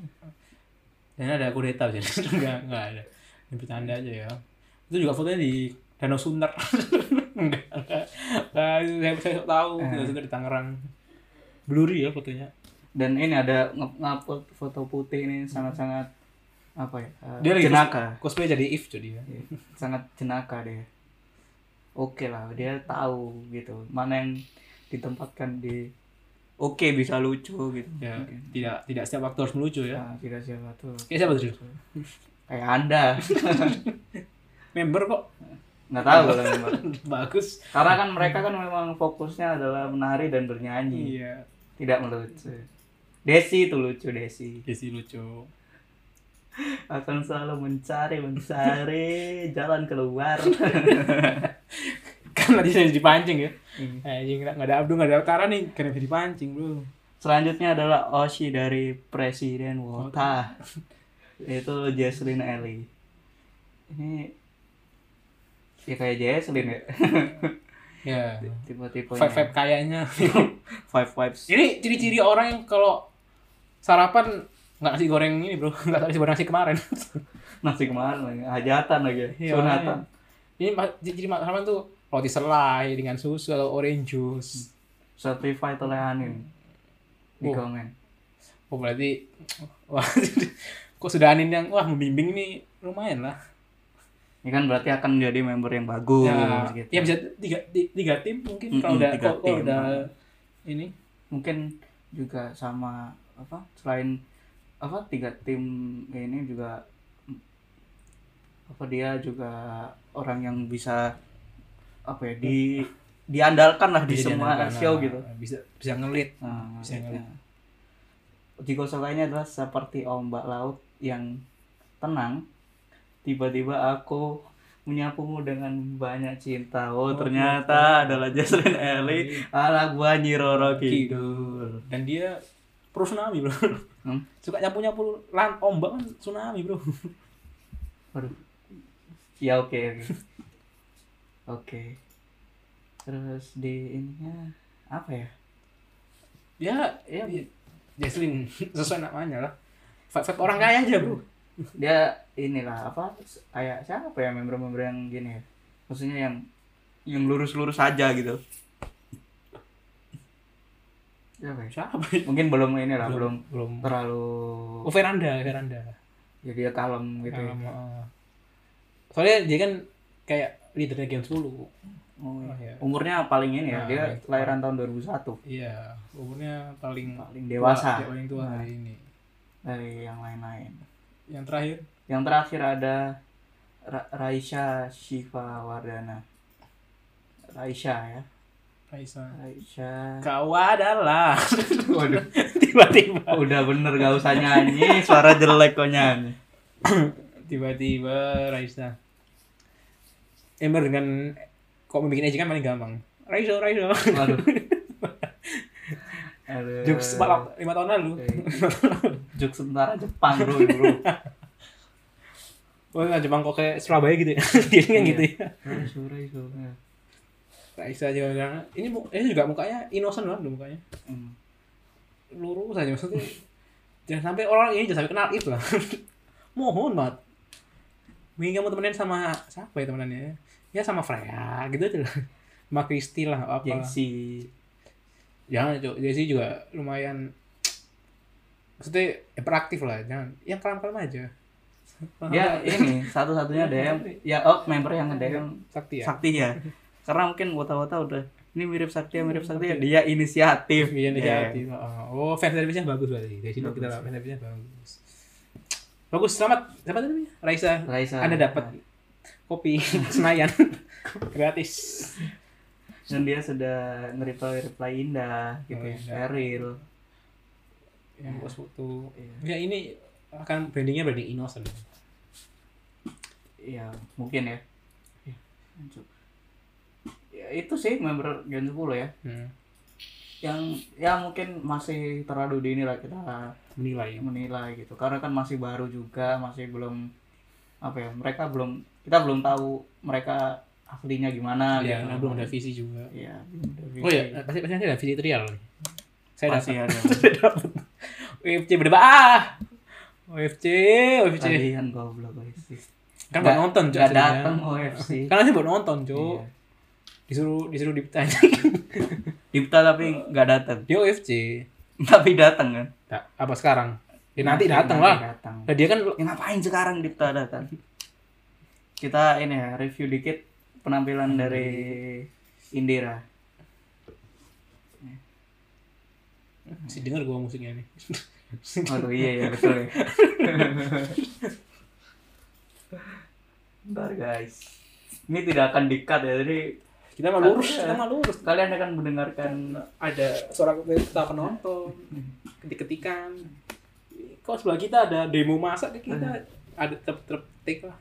Dan ada kudeta sih, enggak enggak ada. Ini bercanda aja ya. Itu juga fotonya di Danau Sunter. enggak, enggak. Nah, itu saya saya sok tahu Danau Sunter di Tangerang. Blurry ya fotonya.
dan ini ada nge- ngupload foto putih ini sangat-sangat apa ya eh,
Dia lagi
jenaka
Cosplay jadi if jadi ya.
Iya, sangat jenaka dia oke lah dia tahu gitu mana yang ditempatkan di oke bisa lucu gitu
Ya,
Mungkin.
tidak tidak setiap waktu harus melucu ya.
Nah, tidak siapa tuh
Kayak siapa tuh? Jul?
kayak anda
Member kok
nggak tahu lah memang
bagus.
karena kan mereka kan memang fokusnya adalah menari dan bernyanyi
Iya,
tidak melucu Desi itu lucu Desi
dia sih lucu.
akan selalu mencari mencari jalan keluar
Karena dia Kan jadi dipancing ya. Anjing nggak ada Abdul, nggak ada Utara nih, karena bisa dipancing, Bro.
Selanjutnya adalah Oshi dari Presiden Wota. Itu Jesslyn Ellie. Ini ya kayak Jesslyn ya.
Ya.
Tipe-tipenya.
Vibe-vibe kayaknya.
Five Vibes.
Ini ciri-ciri orang yang kalau sarapan nggak nasi goreng ini bro, nggak nasi goreng nasi kemarin.
Nasi kemarin lagi. Hajatan lagi.
Iya,
Sunatan.
ini ma- ciri ma- sarapan tuh roti selai dengan susu atau orange juice.
Certified oleh Anin. Di
Oh.
komen.
Oh berarti, wah, kok sudah anin yang wah membimbing ini lumayan lah.
Ini kan berarti akan menjadi member yang bagus
ya,
gitu.
ya bisa tiga, ti- tiga tim mungkin
Mm-mm,
kalau udah
tiga
kalau- kalau
tim.
udah ini
Mungkin juga sama apa? Selain apa tiga tim ini juga apa dia juga orang yang bisa apa ya di diandalkan lah di
bisa
semua
diandalkan,
show
nah,
gitu.
Bisa bisa ngelit.
Nah,
Bisa
maksudnya. Jiko Sokainya adalah seperti ombak laut yang tenang. Tiba-tiba aku menyapumu dengan banyak cinta. Oh, ternyata adalah Jasmine Ellie anak buah Nyi Roro Kidul.
Dan dia pro tsunami bro.
Hmm?
Suka nyapu nyapu lan ombak kan tsunami bro.
Waduh. Ya oke oke. Oke. Terus di ininya apa ya?
ya ya Jaslin sesuai namanya lah vibe orang kaya aja bro
dia inilah apa kayak siapa ya member-member yang gini ya maksudnya yang yang lurus-lurus aja gitu ya guys
siapa
mungkin belum inilah belum,
Nah, belum
terlalu
oh Veranda Veranda
ya dia kalem gitu ya.
Um, uh, soalnya dia kan kayak leadernya Gen 10
Oh, iya.
Oh, iya.
umurnya paling ini ya
Nah,
dia
itu.
kelahiran tahun 2001
iya umurnya paling
paling
tua,
dewasa
ya, paling tua
Nah,
hari ini
dari yang lain-lain
yang terakhir
yang terakhir ada Ra- Raisya Shiva Wardana Raisya ya
Raisa
Raisya
kau adalah
waduh
tiba-tiba
udah bener gak usah nyanyi suara jelek kok nyanyi
tiba-tiba Raisa Ember dengan kok bikin ejekan paling gampang Raisa Raisa
waduh Aduh.
jokes empat- lima tahun lalu
Iya, Jokes tentara Jepang bro, bro.
oh nah, Jepang kok kayak Surabaya gitu ya dia
Iya.
kan gitu ya
Raisya, Raisya, ya.
Raisa juga bilang, ini mu- ini juga mukanya innocent banget loh mukanya
Hmm.
lurus aja maksudnya jangan sampai orang ini jangan sampai kenal itu lah mohon banget mungkin kamu temenin sama siapa ya temenannya ya sama Freya gitu aja lah sama Kristi lah apa
Gengsi.
jangan cok Jesse juga lumayan maksudnya ya, proaktif lah jangan yang kelam kelam aja
Ya ini satu-satunya DM ya oh member yang nge-DM
sakti ya
Sakti ya. Karena mungkin wota-wota udah ini mirip Sakti ya, mirip Sakti ya. Dia inisiatif.
iya nih
Ya.
sakti oh fan service nya bagus berarti dari sini
Bagus.
kita fan service nya bagus bagus selamat siapa tadi namanya Raisa
Raisa.
anda dapat kopi Senayan gratis
Dan dia sudah nge-reply reply Indah gitu,
Oh, Indah.
Cheryl.
yang bos foto
Iya.
ya ini akan brandingnya branding innocent
Iya, mungkin ya.
Iya.
Ya itu sih member Gen 10 ya.
hmm.
Yang ya mungkin masih terlalu dini lah kita
menilai
menilai gitu. Karena kan masih baru juga, masih belum apa ya? Mereka belum kita belum tahu mereka aslinya gimana
ya,
gitu.
karena belum ada visi juga
Iya, belum ada
Oh
visi.
iya, pasti pasti nanti ada visi trial. Saya
Pasti
dapat.
ada.
Saya dapat. UFC berdebat. Ah! UFC, UFC.
Tagihan kan goblok guys.
Kan buat nonton, Cok.
Gak
sebenarnya.
datang OFC.
Kan nanti buat nonton, Cok.
Iya.
Disuruh disuruh ditanya.
Dipta tapi nggak datang.
dia UFC.
Tapi datang kan?
Nah, apa sekarang? Ya nanti datang lah.
Datang.
Nah, dia kan
Ya, ngapain sekarang Dipta datang? Kita ini ya review dikit penampilan dari Indira.
si denger gua musiknya nih.
Waduh iya ya betul ya. Bentar guys. Ini tidak akan dikat ya jadi
kita mah lurus, ya. kita mah lurus.
kalian akan mendengarkan
Ada suara kita penonton, ketik-ketikan. Kok sebelah kita ada demo masak kita ada trep-trep tik lah.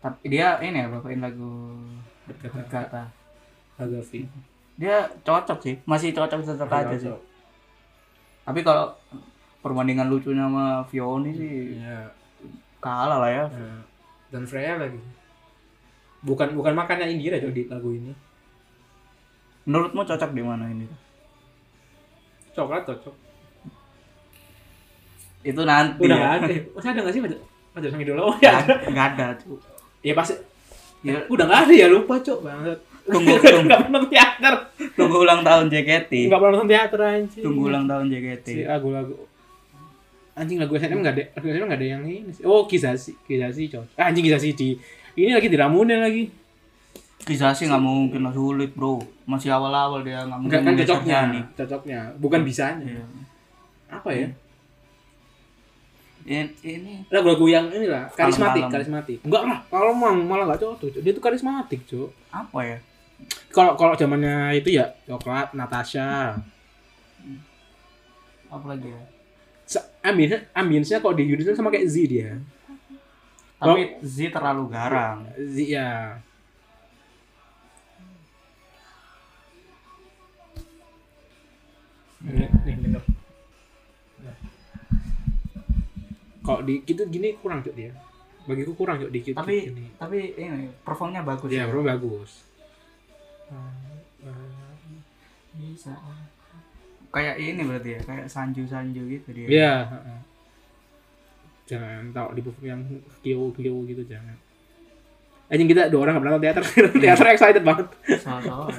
tapi dia ini ya bawain lagu berkata.
Hagafi.
Dia cocok sih, masih cocok cocok aja sih. Tapi kalau perbandingan lucunya sama Vioni sih
Iya.
kalah lah ya.
Nah, dan Freya lagi. Bukan bukan makannya Indira tuh di lagu ini.
Menurutmu cocok di mana ini?
Coklat cocok.
Itu nanti. ya.
Udah nggak ada. Masih ada nggak sih pacar pacar sang idola? Oh
Nggak
ya.
ada. Nggak ada tuh.
Ya pasti.
Ya,
Udah nggak ada ya lupa cok banget.
Tunggu, tunggu.
Nggak pernah nonton teater.
tunggu ulang tahun JKT.
Nggak pernah nonton teater anjing.
Tunggu ulang tahun JKT.
Si lagu-lagu. Anjing lagu SNM nggak ada. Lagu SNM nggak ada yang ini. sih. Oh Kisasi, Kisasi cocok. Ah, anjing Kisasi di ini lagi diramunin lagi.
Kisah sih nggak mungkin lah, sulit bro. Masih awal-awal dia nggak mungkin.
Enggak kan
bisa
cocoknya,
nyanyi.
cocoknya. Bukan bisanya.
Iya.
Apa ya?
Ini, ini
lagu-lagu yang ini lah karismatik
Kalem-kalem.
karismatik enggak lah kalau mang malah nggak cocok Cok. dia tuh karismatik cok
apa ya?
kalau kalau zamannya itu ya coklat Natasha
Apa lagi ya?
ambience ambience-nya kalau di Unison sama kayak Z dia
Tapi Z terlalu garang.
Z ya kalau di gitu gini kurang cok dia bagiku kurang cok dikit
Tapi
gini.
tapi ini performnya bagus.
ya bro bagus
Bisa. kayak ini berarti ya kayak sanju-sanju gitu dia
Iya. heeh. Jangan tahu di buku yang kio-kio gitu jangan. Anjing kita dua orang nggak pernah nonton teater. teater excited banget.
soal-soal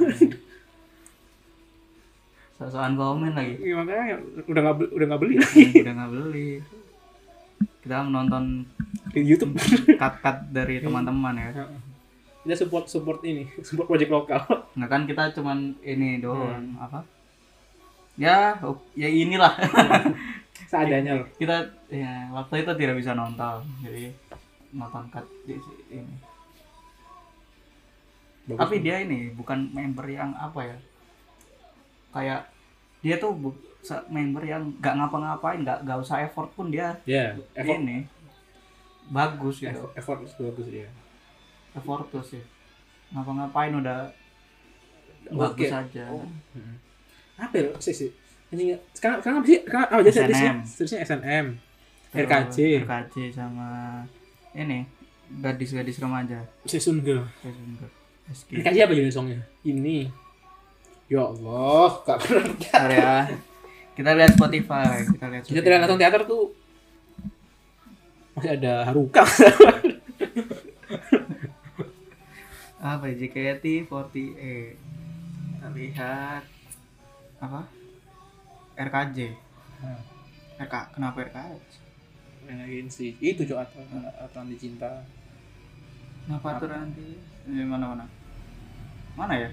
soal komen lagi
Iya, makanya udah nggak beli- udah nggak beli lagi
Yang udah nggak beli kita menonton
di YouTube.
cut-cut dari teman-teman ya
Heeh. kita support support ini, support project lokal.
nggak kan kita cuman ini doang apa ya op- ya inilah
Seadanya loh.
kita ya waktu itu tidak bisa nonton jadi nonton cut di- ini
Bagus.
tapi dia ini bukan member yang apa ya kayak dia tuh bu- se- member yang nggak ngapa-ngapain nggak nggak usah effort pun dia
ya effort
ini bagus gitu
Iya. effort, effort itu bagus ya.
effortless ya ngapa-ngapain udah
Oke.
bagus aja
Oh. Heeh. Apa ya? Sih sih. Anjing sekarang sekarang apa sih? Sekarang apa jadi seriusnya?
SNM.
Seriusnya SNM.
Terus
RKJ.
RKJ sama ini gadis-gadis remaja
Season girl.
Season Girl. SG
Dikasih apa judul songnya? Ini. Ya Allah, gak pernah.
Bentar ya kita lihat Spotify kita lihat
Kita
Spotify.
tidak nonton teater tuh masih ada Haruka.
apa ya JKT48 kita lihat apa RKJ RK kenapa RKJ
Yang sih itu juga atau atau dicinta.
kenapa tuh nanti Ini mana mana mana ya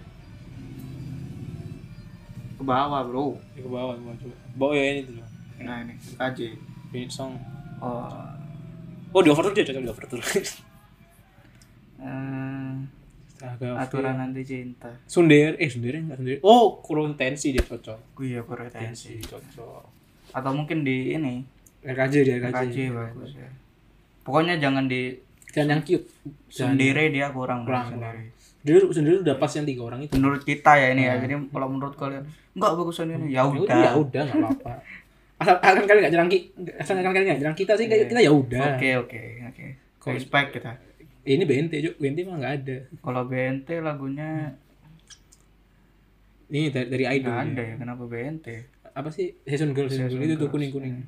ke bawah bro
Ke bawah, ke bawah coba. Bawa ya ini tuh.
nah ini RKJ
Unit song.
oh
Oh di overture dia cocok di overture.
eh,
Astaga,
aturan nanti cinta
Sundere, eh Sundere enggak Sundere. Oh, kurung tensi dia cocok.
gue ya pretensi
cocok.
atau mungkin di ini
RKJ dia
RKJ
RKJ.
bagus ya pokoknya jangan di
Dan yang cute.
sendiri dia kurang dari
Kurang,
sendiri
Sundere Sundere udah pas yang tiga orang itu.
menurut kita ya ini ya jadi kalau menurut kalian enggak bagusan ini ya
Ya udah, ya
udah
udah nggak apa-apa. Asal akan kalian nggak nyerang ki- asal akan kalian nggak nyerang kita sih, kayak kita ya udah.
Iya. oke oke oke respect kita
Ini BNT, Cuk. BNT mah nggak ada.
kalau BNT lagunya
Ini dari, dari
nggak
idol.
ada
ya.
ya kenapa BNT
Apa sih? Season Girl, Season
Season
Girl itu tuh
Girls,
kuning-kuning.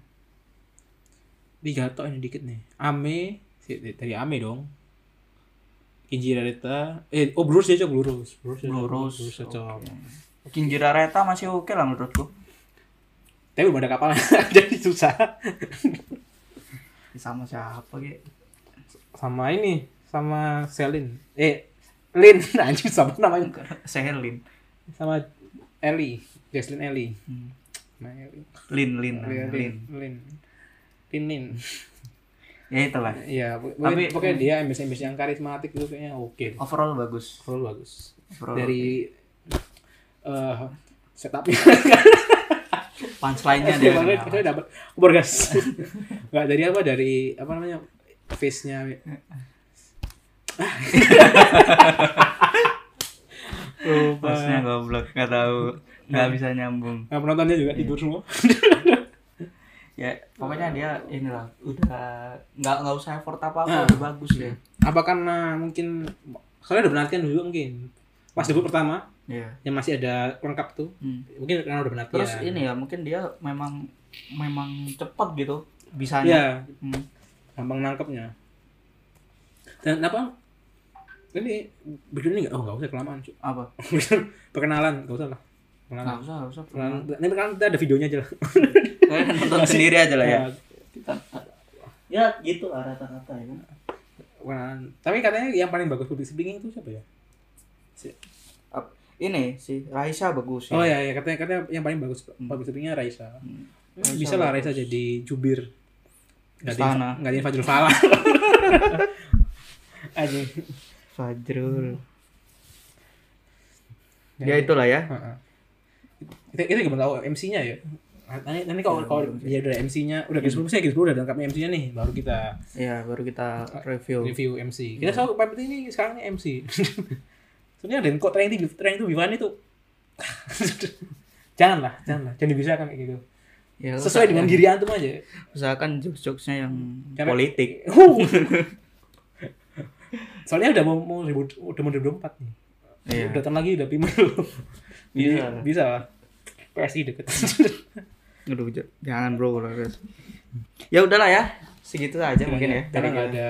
Tiga tok ini dikit nih. Ame, si- dari Ame dong. Kinji Rareta, eh oh Blurus ya, Cuk, Blurus. Blurus. ya, Cuk.
Lurus
Blurus ya, Cuk.
Kinjira Reta masih oke lah menurutku
Tapi belum ada kapal jadi susah.
sama siapa gitu
Sama ini, sama Selin. Eh, Lin, anjir sama namanya.
Sehelin
sama Eli, Jaslyn Eli.
Hmm.
Nah, Eli.
Lin Lin Iya,
Lin, Lin,
Lin
Lin, Lin, Lin.
ya itulah
Iya, pokoknya,
Tapi- Oh.
pokoknya dia MC-MC yang karismatik itu kayaknya oke. deh.
overall bagus
Overall bagus.
Overall
Dari eh setupnya
punchline-nya
dia
dia
banget,
kenapa?
saya dapat borgas. Enggak dari apa dari apa namanya face-nya. Eh,
iya. Punchline-nya goblok nggak tahu nggak bisa nyambung
Nah, penontonnya juga tidur semua.
ya pokoknya dia inilah udah nggak nggak usah effort apa apa udah bagus ya
apa karena mungkin soalnya udah penantian dulu mungkin pas debut pertama
Iya.
yang masih ada lengkap tuh
Hmm.
mungkin karena udah penantian
Terus ini ya mungkin dia memang memang cepat gitu bisanya.
ya
Hmm.
gampang nangkepnya dan apa ini begini nggak oh nggak usah kelamaan cuy
Apa?
perkenalan nggak usah lah perkenalan
Nggak usah, nggak usah. Hmm.
perkenalan ini perkenalan kita ada videonya aja lah
Kalian Nah. nonton sendiri aja lah ya.
Nah,
Ya gitu lah rata-rata ya. kan.
perkenalan tapi katanya yang paling bagus public speaking itu siapa ya
Ap- Ini si Raisa bagus ya.
oh ya ya katanya katanya yang paling bagus public speakingnya Raisa Hmm, bisa lah Raisa jadi jubir
Istana.
gantiin gantiin Fajrul Falah aja
Fajrul. Ya itulah ya.
Heeh. itu itu gimana tahu MC-nya ya nanti nanti kalau kalau dia udah MC-nya udah guys saya guys udah lengkapnya MC-nya nih baru kita
Ya baru kita review. Hmm.
review MC kita selalu paling penting ini sekarang ini MC sebenarnya dan kok training itu training itu gimana itu janganlah janganlah jangan dibisakan kayak gitu
Ya,
sesuai dengan diri antum aja
usahakan jokes-jokesnya yang
Karena-
politik.
Huh. soalnya udah mau mau ribu udah mau 2024 nih
Iya.
udah tahun lagi udah pimer Jadi,
Bisa.
bisa lah PSI deket
Aduh, j- jangan bro kalau harus. Ya udahlah ya, segitu aja mungkin ya.
karena
dari
Iya, nggak
kita.
ada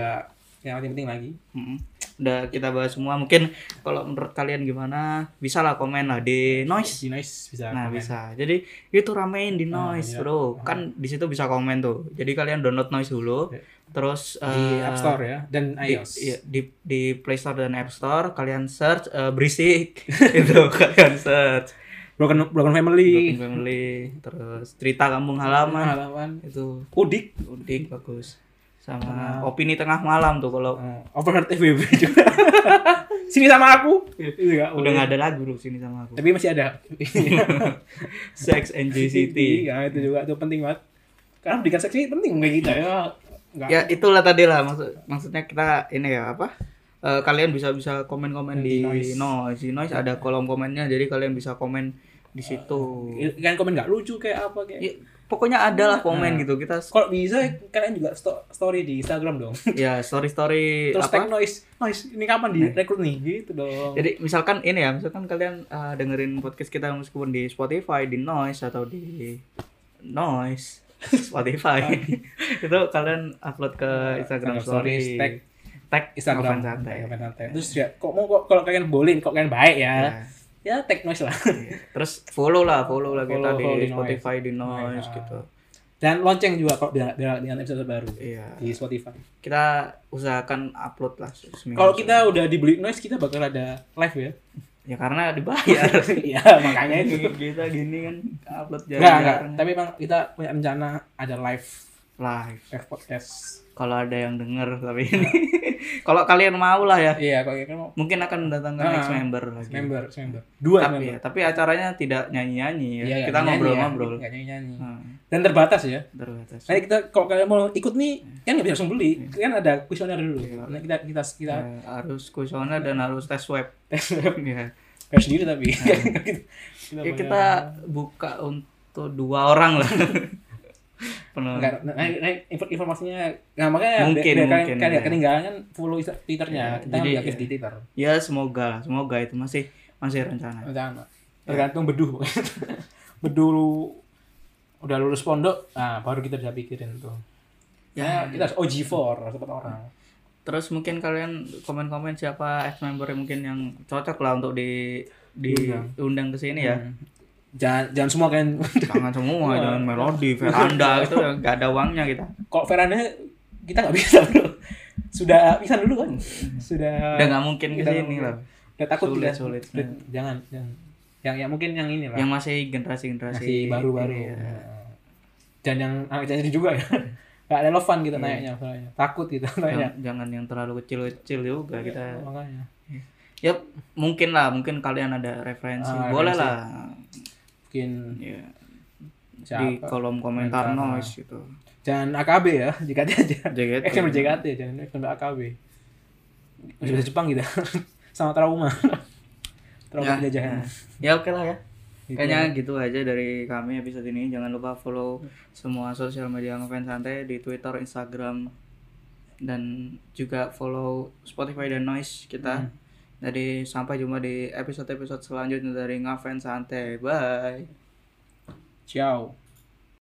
yang penting-penting lagi
Mm-mm. Udah kita bahas semua. Mungkin kalau menurut kalian gimana? Bisa lah komen lah di noise.
si nice bisa
Nah
Iya, komen.
bisa. Jadi itu ramein di
Ah,
noise
iya.
bro.
Ah.
Kan di situ bisa komen tuh. Jadi kalian download noise dulu.
Iya.
Terus
di
eh,
App Store ya dan
di,
iOS
iya, di di Play Store dan App Store kalian search eh, berisik itu kalian search
broken broken family
Broken Family terus cerita kampung halaman
halaman
itu
kudik
udik bagus sama
Sama-
opini tengah malam tuh kalau
Eh, overheard FBB juga sini sama aku Iya, Itu nggak
udah
boleh.
nggak ada lagu lu sini sama aku
tapi masih ada
Sex and the City
ya itu juga itu penting banget karena pendidikan seksi penting bagi kita ya nggak
ya itulah tadi lah maksud maksudnya kita ini ya apa Eh kalian bisa bisa komen komen di,
Di
noise.
Noise.
noise Di noise ada kolom komennya jadi kalian bisa komen di situ
kan komen nggak lucu kayak apa kayak
Ya, pokoknya ada lah komen
Nah.
gitu kita
kalau bisa kalian juga sto- story di Instagram dong
ya story story
terus tag
apa Iya.
noise noise ini kapan direkrut nih gitu dong
jadi misalkan ini ya misalkan kalian eh, dengerin podcast kita meskipun di Spotify di noise atau di noise Spotify itu kalian upload ke Instagram story
Iya, tag
tag Novan
Instagram
Santai.
Novan Santai. terus ya kok mau kok kalau kalian boleh kok kalian baik ya
Ya.
ya tag noise lah
terus follow lah follow lah kita
Follow-
di
follow di Iya.
Spotify di noise
Noise.
gitu
dan lonceng juga kalau bila- bila- dengan episode baru
iya
di Spotify
kita usahakan upload lah seminggu
kalau kita udah dibeli noise kita bakal ada live ya
ya karena dibayar
Iya makanya itu
kita gini kan upload
enggak enggak
jarang-jarang.
tapi emang kita punya rencana ada live
live
live podcast
kalau ada yang denger tapi ini kalau kalian mau lah ya
iya kalau kalian mau
mungkin akan mendatangkan
Ah,
next member lagi
member member dua
tapi
member
ya, tapi acaranya tidak nyanyi nyanyi ya.
Iya,
kita
nyanyi-nyanyi ya.
ngobrol-ngobrol
Nggak nyanyi-nyanyi.
Nah,
dan terbatas ya
terbatas
Nanti kita kalau kalian mau ikut nih,
Iya.
kan nggak bisa langsung beli. Kan ada kuesioner dulu. Nanti kita kita kita Iya,
Ya, harus kuesioner dan harus tes web
tes
ya.
bayar sendiri tapi. kita
Iya. ya kita buka untuk dua orang lah penuh
Enggak, nah, nah, info- informasinya nah makanya
Mungkin,
biar kalian,
mungkin,
kalian nggak
ya.
ketinggalan kan follow Insta- twitternya kita
jadi,
jadi, aktif
ya.
di twitter
ya semoga lah semoga itu masih masih rencana
Rencana. Iya. tergantung beduh beduh lu udah lulus pondok nah baru kita bisa pikirin tuh ya kita harus OG4 seperti orang
terus mungkin kalian komen-komen siapa ex member yang mungkin yang cocok lah untuk di diundang ke sini ya
Hmm. jangan jangan semua kan
jangan semua jangan melodi veranda itu ya, nggak ada uangnya kita
kalau Veranda kita nggak bisa bro sudah bisa dulu kan sudah
udah nggak mungkin ke
udah
sini
nggak
lah
udah takut
Sulit,
udah
sulit.
udah- jangan jangan yang yang mungkin yang ini lah
yang masih iya. ya. generasi generasi
Nah. masih baru-baru Nah. dan yang anak jadi juga ya nggak relevan kita
Iya.
nanyanya soalnya takut kita nanya
jangan, jangan yang terlalu kecil kecil juga kita
makanya
ya mungkin lah mungkin kalian ada referensi
Ah,
boleh
referensi.
lah
mungkin
ya, di
siapa
kolom komentar
Komentar, nah.
noise gitu
jangan AKB ya JKT aja
JKT.
eh jangan JKT jangan jangan AKB masih bisa Jepang kita sama trauma
Ya,
trauma penjajahan
ya oke lah ya
Gitu.
Kayaknya gitu aja dari kami episode ini. Jangan lupa follow semua sosial media ngefans santai di Twitter, Instagram, dan juga follow Spotify dan Noise kita.
Hmm.
Jadi sampai jumpa di episode-episode selanjutnya dari ngefans santai. Bye.
ciao